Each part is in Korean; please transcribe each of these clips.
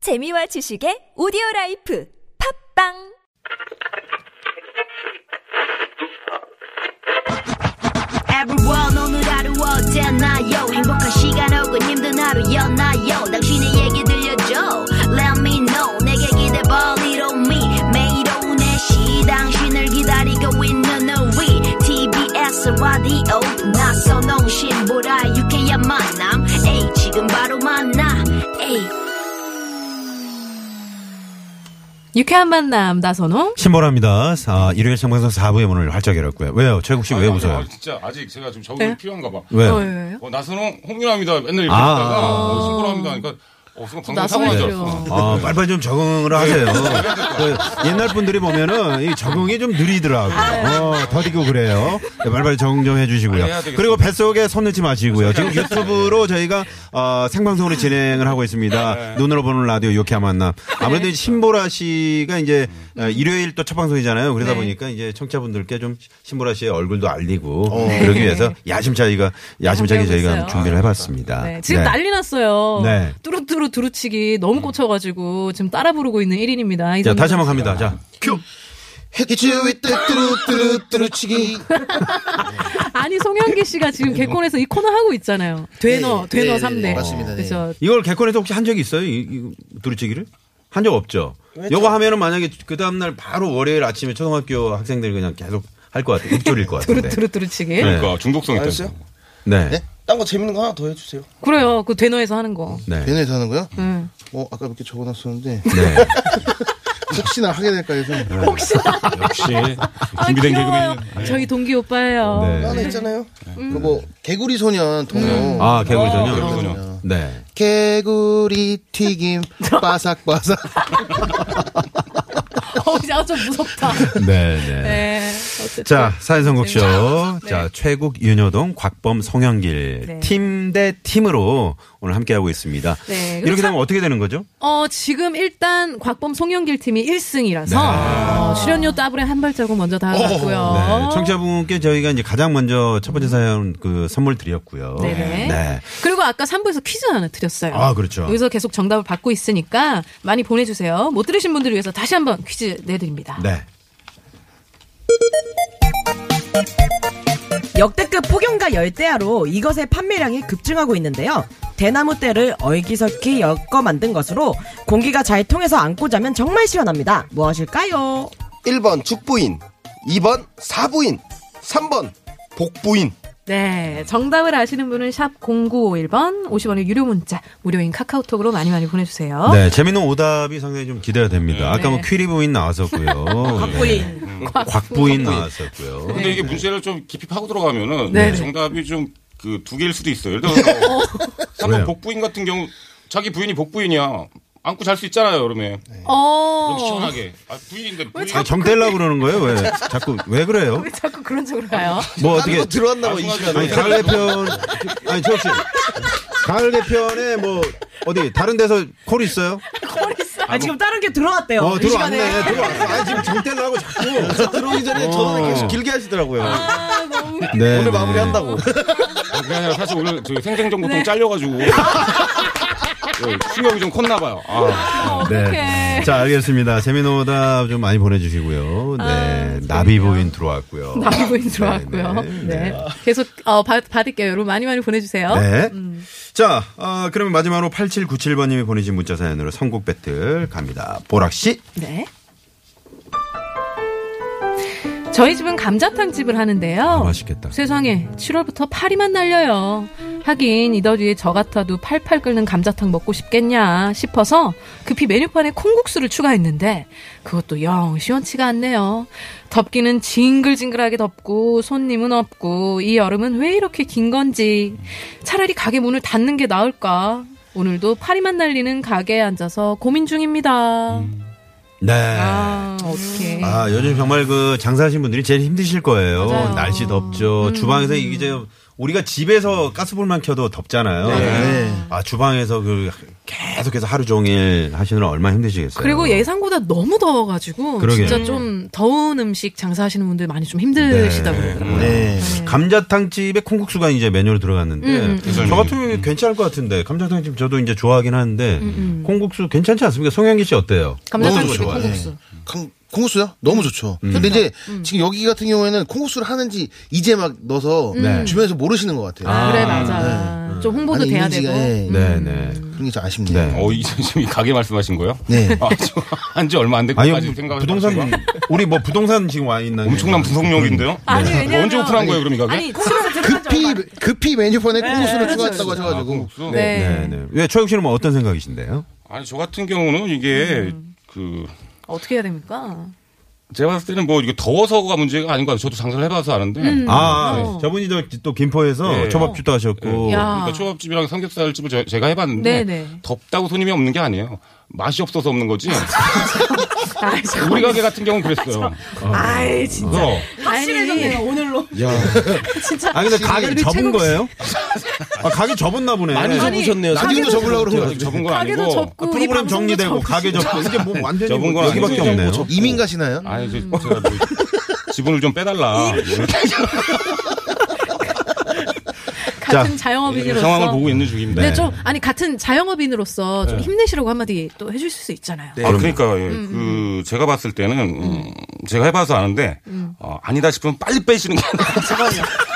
재미와 지식의 오디오 라이프 팝빵 Everyone 오늘 하루 어땠나요 행복한 시간 혹은 힘든 하루였나요 당신의 얘기 들려줘 Let me know 내게 기대봐 Little me 매일 오후 4시 당신을 기다리고 있는 우리 TBS 라디오 나선홍 신보라 유쾌한 만남 에이 지금 바로 만나 에이 유쾌한 만남 나선홍 신보라입니다. 아, 일요일 생방송 4부의 문을 활짝 열었고요. 왜요? 최국 씨 왜 아니, 웃어요? 아니, 진짜 아직 제가 지금 적응이 네? 필요한가 봐. 왜요? 어, 왜요? 어, 나선홍 홍윤아입니다. 맨날 이렇게 아. 하다가 어, 신보라입니다. 그러니까 어, 순간 방송 사고 나죠. 나서야죠. 어. 아, 네. 빨리빨리 좀 적응을 하세요. 그 옛날 분들이 보면은 이 적응이 좀 아, 네. 느리더라고요. 어, 더디고 그래요. 네, 빨리빨리 적응 좀 해주시고요. 아, 해야 되겠어요. 그리고 네, 뱃속에 손 넣지 마시고요. 지금 유튜브로 저희가 어, 생방송으로 진행을 하고 있습니다. 눈으로 보는 라디오 유쾌한 만남. 아무래도 신보라 씨가 이제 어, 일요일 또 첫 방송이잖아요. 그러다 보니까 이제 청취자분들께 좀 신보라 씨의 얼굴도 알리고 그러기 위해서 야심차기가 준비하고 야심차게 저희가 있어요. 준비를 해봤습니다. 네, 지금 네. 난리 났어요 네. 뚜루뚜루 두루치기 너무 꽂혀가지고 지금 따라 부르고 있는 1인입니다 자, 다시 한번 갑니다. 자, 큐. 음. 해치위 뚜루뚜루뚜루치기 아니 송영기 씨가 지금 뭐. 개콘에서 이 코너 하고 있잖아요 되너 네, 되너 네, 3대 네, 맞습니다, 네. 그래서 이걸 개콘에서 혹시 한 적이 있어요? 이, 이 두루치기를? 한 적 없죠. 요거 하면은 만약에 그 다음날 바로 월요일 아침에 초등학교 학생들이 그냥 계속 할 것 같아요. 입졸일 네. 것 같은데. 두루뚜루 두루치기 네. 그러니까 중독성 있다. 알았어요? 네. 네? 딴 거 재밌는 거 하나 더 해주세요. 그래요 그 되너에서 하는 거 네. 얘네 사는 거요? 응. 어 아까 이렇게 적어놨었는데 네. 혹시나 하게 될까 해서 네. 혹시 역시 아, 준비된 귀여워요. 개그맨. 저희 동기 오빠예요 네. 하나 있잖아요. 음. 그거 뭐 개구리 소년 동요 아, 개구리 개구리 전혀? 전혀. 네. 개구리 튀김 바삭바삭 어, 이제 좀 무섭다 네, 네. 네 어쨌든 자, 사연선곡쇼. 재밌다. 자, 최국, 윤여동, 곽범, 송영길. 네. 팀 대 팀으로 오늘 함께하고 있습니다. 네, 그럼 이렇게 참- 되면 어떻게 되는 거죠? 어, 지금 일단 곽범 송영길 팀이 1승이라서 어, 출연료 따블에 한 발자국 먼저 네, 다가갔고요. 청취자분께 저희가 이제 가장 먼저 첫 번째 사연 그 선물 드렸고요. 네네. 네. 그리고 아까 3부에서 퀴즈 하나 드렸어요. 아, 그렇죠. 여기서 계속 정답을 받고 있으니까 많이 보내주세요. 못 들으신 분들을 위해서 다시 한번 퀴즈 내드립니다. 네. 역대급 폭염과 열대야로 이것의 판매량이 급증하고 있는데요. 대나무 때를 얼기설기 엮어 만든 것으로 공기가 잘 통해서 안고 자면 정말 시원합니다. 뭐 무엇일까요? 1번 죽부인, 2번 사부인, 3번 복부인. 네, 정답을 아시는 분은 샵 0951번 50원의 유료 문자 무료인 카카오톡으로 많이 많이 보내주세요. 네, 재밌는 오답이 상당히 좀 기대가 됩니다. 아까 뭐 퀴리부인 나왔었고요. 네. 곽부인. 곽부인 나왔었고요. 근데 이게 문제를 좀 깊이 파고 들어가면은 네네. 정답이 좀 그 두 개일 수도 있어요. 예를 들어서 3번 왜요? 복부인 같은 경우 자기 부인이 복부인이야. 안고 잘 수 있잖아요, 여름에. 어. 시원하게. 아, 부인인데 부인. 네. 아니, 정 떼려고 그러는 거예요? 왜? 자꾸, 왜 그래요? 왜 자꾸 그런 쪽으로 가요? 뭐 어떻게. 다른 거 들어왔나봐 이 나중에 아니, 시간에. 나중에. 가을 개편. 아니, 저 혹시. 가을 개편에 뭐, 어디, 다른 데서 콜 있어요? 아, 지금 다른 게 들어왔대요. 어, 이 시간에. 들어왔네. 들어왔어. 아니, 지금 정 떼려고 자꾸. 들어오기 전에 전화를 계속 길게 하시더라고요. 아, 너무 웃겨. 네, 오늘 네. 마무리한다고. 아, 그게 아니라 사실 오늘 저 생생정보통 잘려가지고. 예, 충격이 좀 컸나 봐요. 아. 어, 네. 자, 알겠습니다. 재미난 오답 좀 많이 보내주시고요. 네. 나비보인 들어왔고요. 아, 나비보인 들어왔고요. 네, 네, 네, 계속 어, 받, 받을게요. 여러분 많이 많이 보내주세요. 네. 음. 자, 아, 그러면 마지막으로 8797번님이 보내신 문자 사연으로 선곡 배틀 갑니다. 보락씨. 네. 저희 집은 감자탕 집을 하는데요. 아, 맛있겠다. 아, 세상에 7월부터 파리만 날려요. 하긴 이 더위에 저 같아도 팔팔 끓는 감자탕 먹고 싶겠냐 싶어서 급히 메뉴판에 콩국수를 추가했는데 그것도 영 시원치가 않네요. 덥기는 징글징글하게 덥고 손님은 없고 이 여름은 왜 이렇게 긴 건지 차라리 가게 문을 닫는 게 나을까. 오늘도 파리만 날리는 가게에 앉아서 고민 중입니다. 네. 아, 아. 어떡해. 요즘 정말 그 장사하신 분들이 제일 힘드실 거예요. 맞아요. 음. 날씨 덥죠. 주방에서 이제 우리가 집에서 가스불만 켜도 덥잖아요. 네. 아 주방에서 그 계속해서 하루 종일 하시느라 얼마나 힘드시겠어요. 그리고 예상보다 너무 더워가지고 그러게요. 진짜 좀 더운 음식 장사하시는 분들 많이 좀 힘드시다 네. 그러더라고요. 네. 감자탕집에 콩국수가 이제 메뉴로 들어갔는데 음, 저 같은 경우 괜찮을 것 같은데 감자탕집 저도 이제 좋아하긴 하는데 콩국수 괜찮지 않습니까? 송영기 씨 어때요? 음, 감자탕 집에 좋아요. 콩국수. 음. 강- 콩국수요? 너무 좋죠. 근데 이제 지금 여기 같은 경우에는 콩국수를 하는지 이제 막 넣어서 네. 주변에서 모르시는 것 네. 같아요. 음. 그래 맞아. 좀 홍보도 아니, 돼야 이미지가, 되고. 예, 네네. 그런 게 좀 아쉽네요. 네. 어, 이 선생님이 가게 말씀하신 거예요? 네. 어. 아, 저 한지 얼마 안 아니요 됐까지 생각을 부동산 해봤어요. 우리 뭐 부동산 지금 와 있는 네. 엄청난 부동력인데요? 아니 왜냐면 언제 오픈한 거예요, 그럼 이 가게? 아니 네. 집에서 네, 그렇죠. 들어간 지 얼마 급히 급히 메뉴판에 콩국수를 추가했다고 아, 하셔가지고 국수? 안- 네. 네네. 왜 최욱 씨는 뭐 어떤 생각이신데요? 아니 저 같은 경우는 이게 음. 그 어떻게 해야 됩니까? 제가 봤을 때는 뭐 이게 더워서가 문제가 아닌 것 같아요. 저도 장사를 해봐서 아는데. 아, 어. 저분이 저, 또 김포에서 네. 초밥집도 하셨고. 야. 그러니까 초밥집이랑 삼겹살집을 저- 제가 해봤는데 네네. 덥다고 손님이 없는 게 아니에요. 맛이 없어서 없는 거지. 아, 우리 가게 같은 경우는 그랬어요. 아이 진짜 그래서 확실해졌네요 오늘로. 아 근데 가게 우리 접은 최국 거예요? 아, 가게 접었나 보네. 많이 접으셨네요. 나중에도 접으려고 그런 거 아직 같아요. 접은 건 가게도 아니고 접고 우리 프로그램 방송도 정리되고 접고 가게 접고 이제 뭐 완전히 접은 뭐 건 여기밖에 아니고 없네요. 접고. 이민 가시나요? 아니 저, 제가 뭐 지분을 좀 빼달라. 뭐 같은 이런 자영업인으로서 상황을 보고 있는 네. 중입니다. 네. 근데 좀 아니 같은 자영업인으로서 좀 힘내시라고 한마디 또 해주실 수 있잖아요. 아, 그러니까 예. 그 제가 봤을 때는 음, 제가 해봐서 아는데 어, 아니다 싶으면 빨리 빼시는 게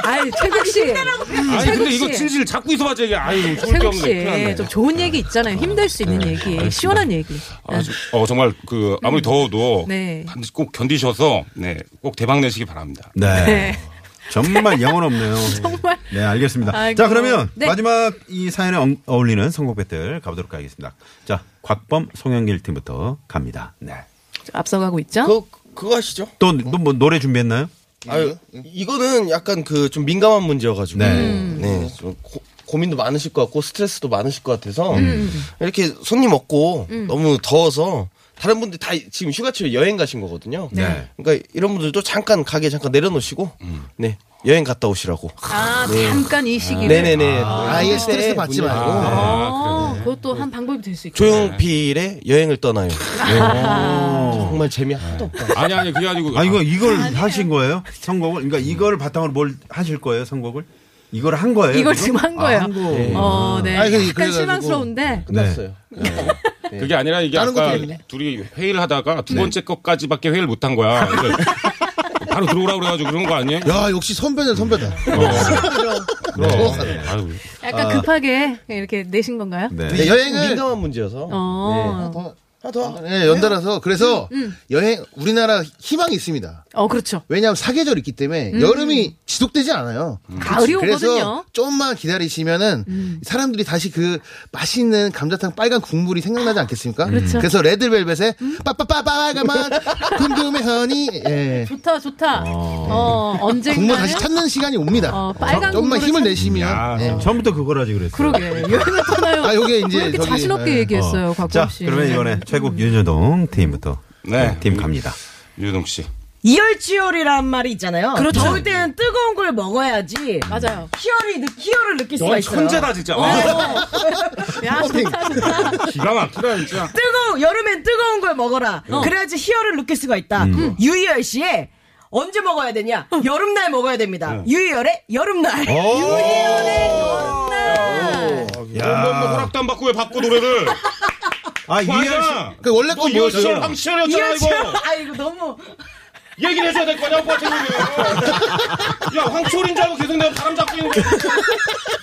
아이 최국 씨, 아니 최국 근데 이거 씨, 진실 잡고 있어봐야 이게 아유 좋을 게 최국 없네. 큰일 났네. 네. 씨, 예, 좀 좋은 얘기 있잖아요. 힘들 수 있는 얘기, 시원한 얘기. 아, 저- 어 정말 그 아무리 더워도 네. 반드시 꼭 견디셔서 네, 꼭 대박 내시기 바랍니다. 네. 네. 정말 영혼 없네요. 정말. 네, 알겠습니다. 아이고. 자, 그러면 네. 마지막 이 사연에 엉- 어울리는 선곡 배틀 가보도록 하겠습니다. 자, 곽범 송영길 팀부터 갑니다. 네. 앞서가고 있죠? 그거 그거 아시죠? 또, 또 뭐 노래 준비했나요? 아유 이거는 약간 그 좀 민감한 문제여가지고 네. 네, 좀 고, 고민도 많으실 것 같고 스트레스도 많으실 것 같아서 이렇게 손님 없고 너무 더워서 다른 분들 다 지금 휴가철 여행 가신 거거든요. 네. 그러니까 이런 분들도 잠깐 가게 잠깐 내려놓으시고 네 여행 갔다 오시라고. 아 잠깐 이 시기. 네네네. 아예 스트레스 받지 말고. 어, 그것도 한 방법이 될 수 있겠죠. 조용필의 여행을 떠나요. 네. 정말 재미 하나도 없다. 아니 아니 그게 아니고 아, 이거, 이걸 하신 거예요? 선곡을? 그러니까 이걸 바탕으로 뭘 하실 거예요? 선곡을? 이걸 한 거예요? 이걸 지금? 지금 한 아, 거예요. 한 거. 어, 네. 아니, 근데 약간 그래가지고- 실망스러운데. 끝났어요. 그게 아니라 이게 다른 아까 것도 얘기네. 둘이 회의를 하다가 두 번째 것까지밖에 회의를 못 한 거야. 그래서 바로 들어오라 그래가지고 그런 거 아니에요? 야 역시 선배는 선배다. 그럼. 아유, 약간 급하게 이렇게 내신 건가요? 네. 네, 여행을 민감한 문제여서 어, 하나 더. 예, 연달아서 그래서 음, 여행 우리나라 희망이 있습니다. 어, 그렇죠. 왜냐하면 사계절이 있기 때문에 여름이 지속되지 않아요. 음. 가을이 오거든요. 음. 그래서 좀만 기다리시면은 사람들이 다시 그 맛있는 감자탕 빨간 국물이 생각나지 않겠습니까? 그렇죠. 음. 래서 레드벨벳의 빠빠빠 빨간맛 궁금해 허니 예. 좋다, 좋다. 어, 국물 언젠가는 다시 찾는 시간이 옵니다. 어, 빨간 좀만 국물을 힘을 찾- 내시면 예. 아, 처음부터 그거라지 그랬어요. 그러게. 여행을 떠나요. 아, 요게 이제 왜 이렇게 저기, 자신 없게 네. 얘기했어요, 자, 곽범 씨. 그러면 이번에 최국 윤여동 팀부터 네. 네, 팀 갑니다. 유동 씨. 이열치열이란 말이 있잖아요. 그렇죠. 더울 때는 뜨거운 걸 먹어야지. 맞아요. 희열이 느- 희열을 느낄 수가 있어요. 진짜. 네. 야, 좋다, 좋다. 기가 막히다 진짜. 뜨거운 여름엔 뜨거운 걸 먹어라. 음. 그래야지 희열을 느낄 수가 있다. 유희열 씨의 언제 먹어야 되냐? 여름날 먹어야 됩니다. 유희열의 여름날. 뭐뭐 허락도 안 받고 왜 받고 노래를? 아, 그거 이해할 수- 아니잖아. 그 원래 거 너 이거 시절 뭐였어요? 방시절이었잖아 이열치 이거. 아이고 너무 얘기를 해줘야 될 거 아니야, 오빠 책임을. 야, 황철인 줄 알고 계속 내가 바람 잡고 있는 거야. 야,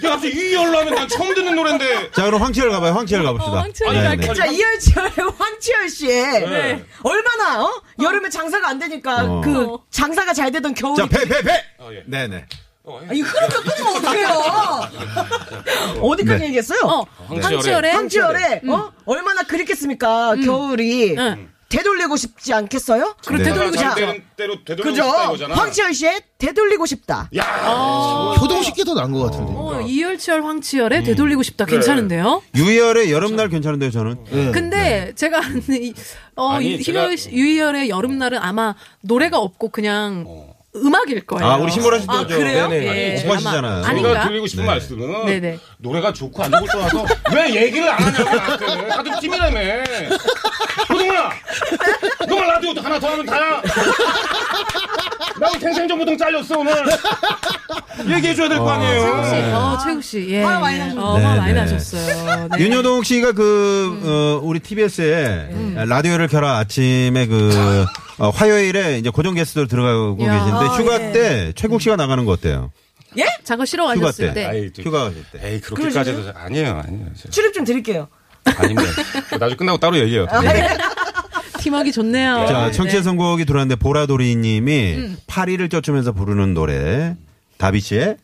갑자기 유희열로 하면 난 처음 듣는 노래인데. 자, 그럼 황치열 가봐요. 황치열 가봅시다. 어, 황치열 네, 갈게요. 네. 자 이열치열의 황치열 씨의 네. 얼마나 어? 여름에 장사가 안 되니까 어. 그 장사가 잘 되던 겨울이 자, 배, 배, 배! 예. 네네. 아, 이 흐름을 끊으면 어떡해요? 어디까지 네. 얘기했어요? 어, 음. 황치열의 한지열에 어? 얼마나 그립겠습니까? 겨울이 음. 되돌리고 싶지 않겠어요? 그리고 되돌리고 아, 잘 싶죠. 되는 대로 되돌리고 네. 그죠? 싶다 이거잖아. 황치열 씨의 되돌리고 싶다. 효동식게 더 나은 것 같은데. 어, 이열치열 황치열에 되돌리고 싶다. 괜찮은데요? 유열의 여름날 괜찮은데요, 저는. 네. 근데 제가 아는 이- 어, 아니, 이- 희열 제가- 씨- 유희열의 여름날은 아마 노래가 없고 그냥 음악일 거예요. 어. 아, 우리 신보라 씨도 아, 저- 그래요? 네네. 예. 오빠시잖아요. 아마- 제가 아닌가? 드리고 싶은 네. 말씀은 네네. 노래가 좋고 안 좋고 떠나서 왜 얘기를 안 하냐고 나한테는 같은 팀이라며 호동아 너만 라디오 하나 더 하면 다야 나 오늘 생생정보통 잘렸어 오늘 얘기해줘야 될 거 아니에요 최욱 씨, 어, 최욱 씨, 예. 화 많이 예. 나셨- 어, 화그 네, 많이 네. 나셨어요. 네. 윤여동 씨가 그, 어, 우리 TBS에 음. 라디오를 켜라 아침에 그, 어, 화요일에 이제 고정 게스트로 들어가고 야. 계신데 아, 휴가 예. 때 최국 씨가 나가는 거 어때요? 잠깐 쉬러 휴가 가셨을 때. 때. 아이, 저- 휴가 가실 때. 에이 그렇게까지 해도 아니에요 아니에요 제가- 출입 좀 드릴게요. 아닙니다 나중에 끝나고 따로 얘기해요 네. 팀하기 좋네요. 자, 네. 음. 청취자 선곡이 들어왔는데 보라돌이 님이 파리를 쫓으면서 부르는 노래 다비치의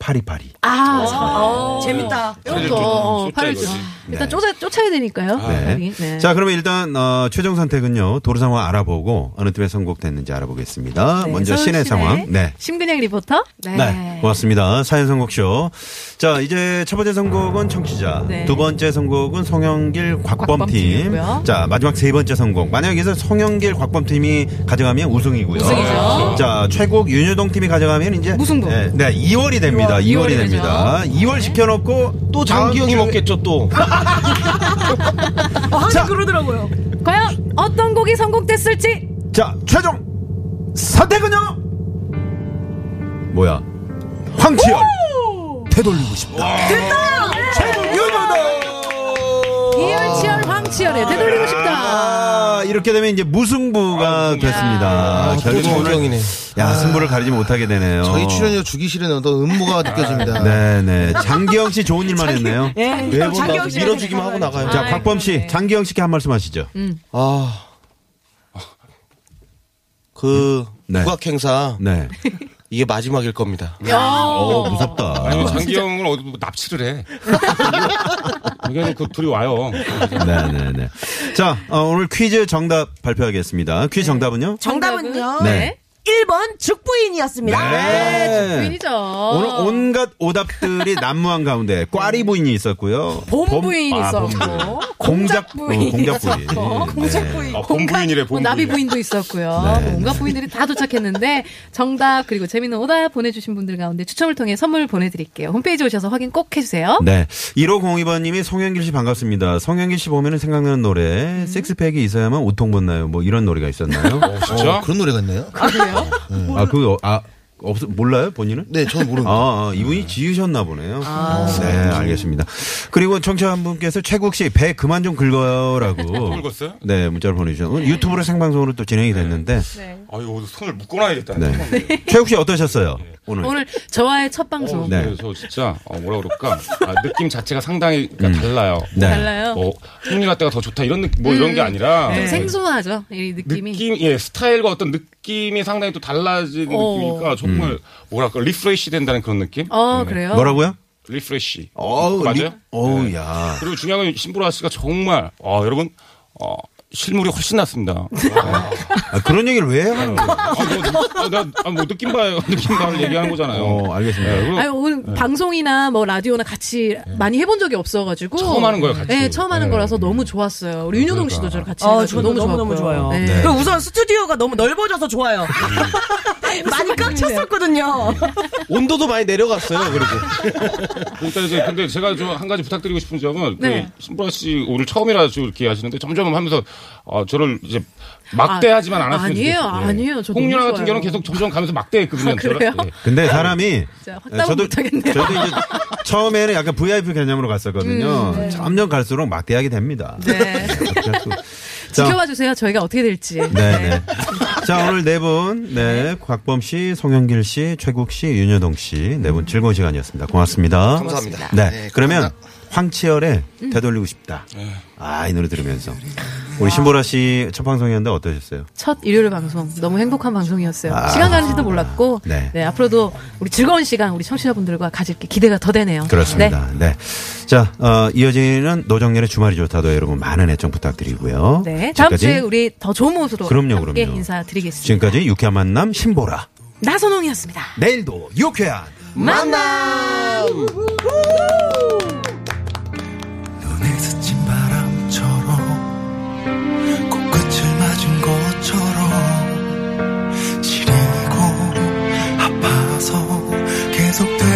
파리파리. 아, 참. 어. 재밌다. 이것도, 어, 팔을 좀. 쫓아, 일단 쫓아, 쫓아야 되니까요. 네. 팔이. 네. 자, 그러면 일단 어, 최종 선택은요. 도로 상황 알아보고 어느 팀에 선곡됐는지 알아보겠습니다. 네, 먼저 서울 시내 시내 상황. 네. 심근양 리포터. 네. 네, 고맙습니다. 사연 선곡쇼. 자, 이제 첫 번째 선곡은 청취자. 네. 두 번째 선곡은 송영길 곽범 곽범팀. 팀이고요. 자, 마지막 세 번째 선곡. 만약 여기서 송영길 곽범팀이 가져가면 우승이고요. 우승이죠. 자, 최국 윤여동 팀이 가져가면 이제. 무승부. 네, 네, 2월이 됩니다. 2월, 이 이월이 네. 됩니다. 2월 시켜놓고 또 장기 형이 다음 주에- 먹겠죠 또. 어, 항상 자. 그러더라고요. 과연 어떤 곡이 선곡됐을지. 자, 최종 선택은요? 뭐야? 황치열. 되돌리고 싶다. 이열치열 황치열에 되돌리고 싶다. 아, 이렇게 되면 이제 무승부가 아, 됐습니다. 아, 결국 또 오늘 정경이네. 야 승부를 가리지 못하게 되네요. 저희 출연료 주기 싫은 어떤 음모가 네. 느껴집니다. 네네 장기영 씨 좋은 일만 했네요. 예. 네, 뭐 장기영 나도 씨 밀어주기만 하고 나가요. 자 아이, 곽범 씨 그러네. 장기영 씨께 한 말씀 하시죠. 아. 그 네. 국악 행사 네. 이게 마지막일 겁니다. 어 무섭다. 아니면 장기영을 어디 뭐 납치를 해 여기는 그 둘이 와요 네네네. 자 어, 오늘 퀴즈 정답 발표하겠습니다. 퀴즈 정답은요? 정답은요. 네. 네. 1번 죽부인이었습니다. 네. 부인이죠. 오늘 온갖 오답들이 난무한 가운데 꽈리 부인이 있었고요. 봄- 네. 본부인이 아, 있었고, 봄- 공작 공작 부인. 부인이 공작 부인. 있었고, 네. 아, 본부인이래 뭐 본부인 나비 부인도 있었고요. 뭐 네, 온갖 부인들이 다 도착했는데 정답 그리고 재미있는 오다 보내주신 분들 가운데 추첨을 통해 선물 보내드릴게요. 홈페이지 오셔서 확인 꼭 해주세요. 네. 1502번님이 송영길 씨 반갑습니다. 송영길 씨 보면은 생각나는 노래, 음. 섹스팩이 있어야만 우통 벗나요? 뭐 이런 노래가 있었나요? 진짜? 어, 그런 노래가 있네요? 그렇죠. 음. 아, 그거, 아, 없, 몰라요? 본인은? 네, 저는 모르는데. 아, 아, 이분이 지으셨나 보네요. 아. 네, 알겠습니다. 그리고 청취자 한 분께서 최국 씨 배 그만 좀 긁어라고. 긁었어요? 네, 문자를 보내주셨고 유튜브로 생방송으로 또 진행이 됐는데. 네. 아유 오늘 손을 묶어놔야겠다 네. 최국 씨 어떠셨어요? 오늘. 오늘 저와의 첫 방송 네. 그래서 진짜 어, 뭐라 그럴까 아, 느낌 자체가 상당히 그러니까 달라요. 네. 달라요. 뭐 홍리가 때가 더 좋다 이런 느낌, 뭐 이런 게 아니라 좀 생소하죠 이 느낌이. 느낌 예 스타일과 어떤 느낌이 상당히 또 달라지는 어. 느낌이니까 정말 음. 뭐랄까 리프레시 된다는 그런 느낌? 어 그래요. 뭐라고요? 리프레시. 어우, 예. 맞아요? 리- 어우, 야. 그리고 중요한 건 신보라 씨가 정말 아 여러분 어, 실물이 훨씬 낫습니다. 아, 아, 그런 얘기를 왜 하는 거예요? 뭐, 아, 나, 아, 뭐 느낌 봐요. 느낌 봐를 얘기하는 거잖아요. 어, 알겠습니다. 예, 그리고 아니 오늘 방송이나 뭐 라디오나 같이 많이 해본 적이 없어가지고 네. 처음 하는 거예요, 같이. 네, 처음 하는 네. 그러니까. 거라서 너무 좋았어요. 우리 윤효동 씨도 저랑 같이 아, 해가지고 저 너무 너무 너무 좋아요. 네. 그 우선 스튜디오가 너무 넓어져서 좋아요. 많이 꽉 찼었거든요. 온도도 많이 내려갔어요. 그리고 그러니까 이제 근데 제가 좀 한 가지 부탁드리고 싶은 점은 네. 그 신보라 씨 오늘 처음이라 좀 이렇게 하시는데 점점 하면서 어, 저를 이제 막대하지만 아, 않았으면 아니에요, 좋겠어요. 아니에요. 저 홍윤아 너무 같은 좋아요. 경우는 계속 점점 가면서 막대했거든요. 아, 그래요? 저를. 예. 근데 사람이 예, 진짜 확답은 못하겠네요. 저도 이제 처음에는 약간 VIP 개념으로 갔었거든요. 점점 갈수록 막대하게 됩니다. 음, 네. 그래갖고. 지켜봐 주세요. 저희가 어떻게 될지. 네, 네. 자, 오늘 네 분, 네, 곽범 씨, 송영길 씨, 최국 씨, 윤여동 씨, 네 분 즐거운 시간이었습니다. 고맙습니다. 감사합니다. 네, 네, 그러면 감사합니다. 황치열의 되돌리고 싶다. 아, 이 노래 들으면서. 우리 신보라 씨 첫 방송이었는데 어떠셨어요? 첫 일요일 방송 너무 행복한 방송이었어요. 시간 가는지도 몰랐고 아. 네. 네. 앞으로도 우리 즐거운 시간 우리 청취자분들과 가질 게 기대가 더 되네요. 그렇습니다. 네. 자, 어, 이어지는 노정렬의 주말이 좋다도 여러분 많은 애청 부탁드리고요. 네. 네. 다음 지금까지 주에 우리 더 좋은 모습으로 그럼요, 함께 그럼요. 인사드리겠습니다. 지금까지 유쾌한 만남 신보라. 나선홍이었습니다. 내일도 유쾌한 만나. 눈에 스친 바람처럼 꽃끝을 맞은 것처럼 시린이고 계속될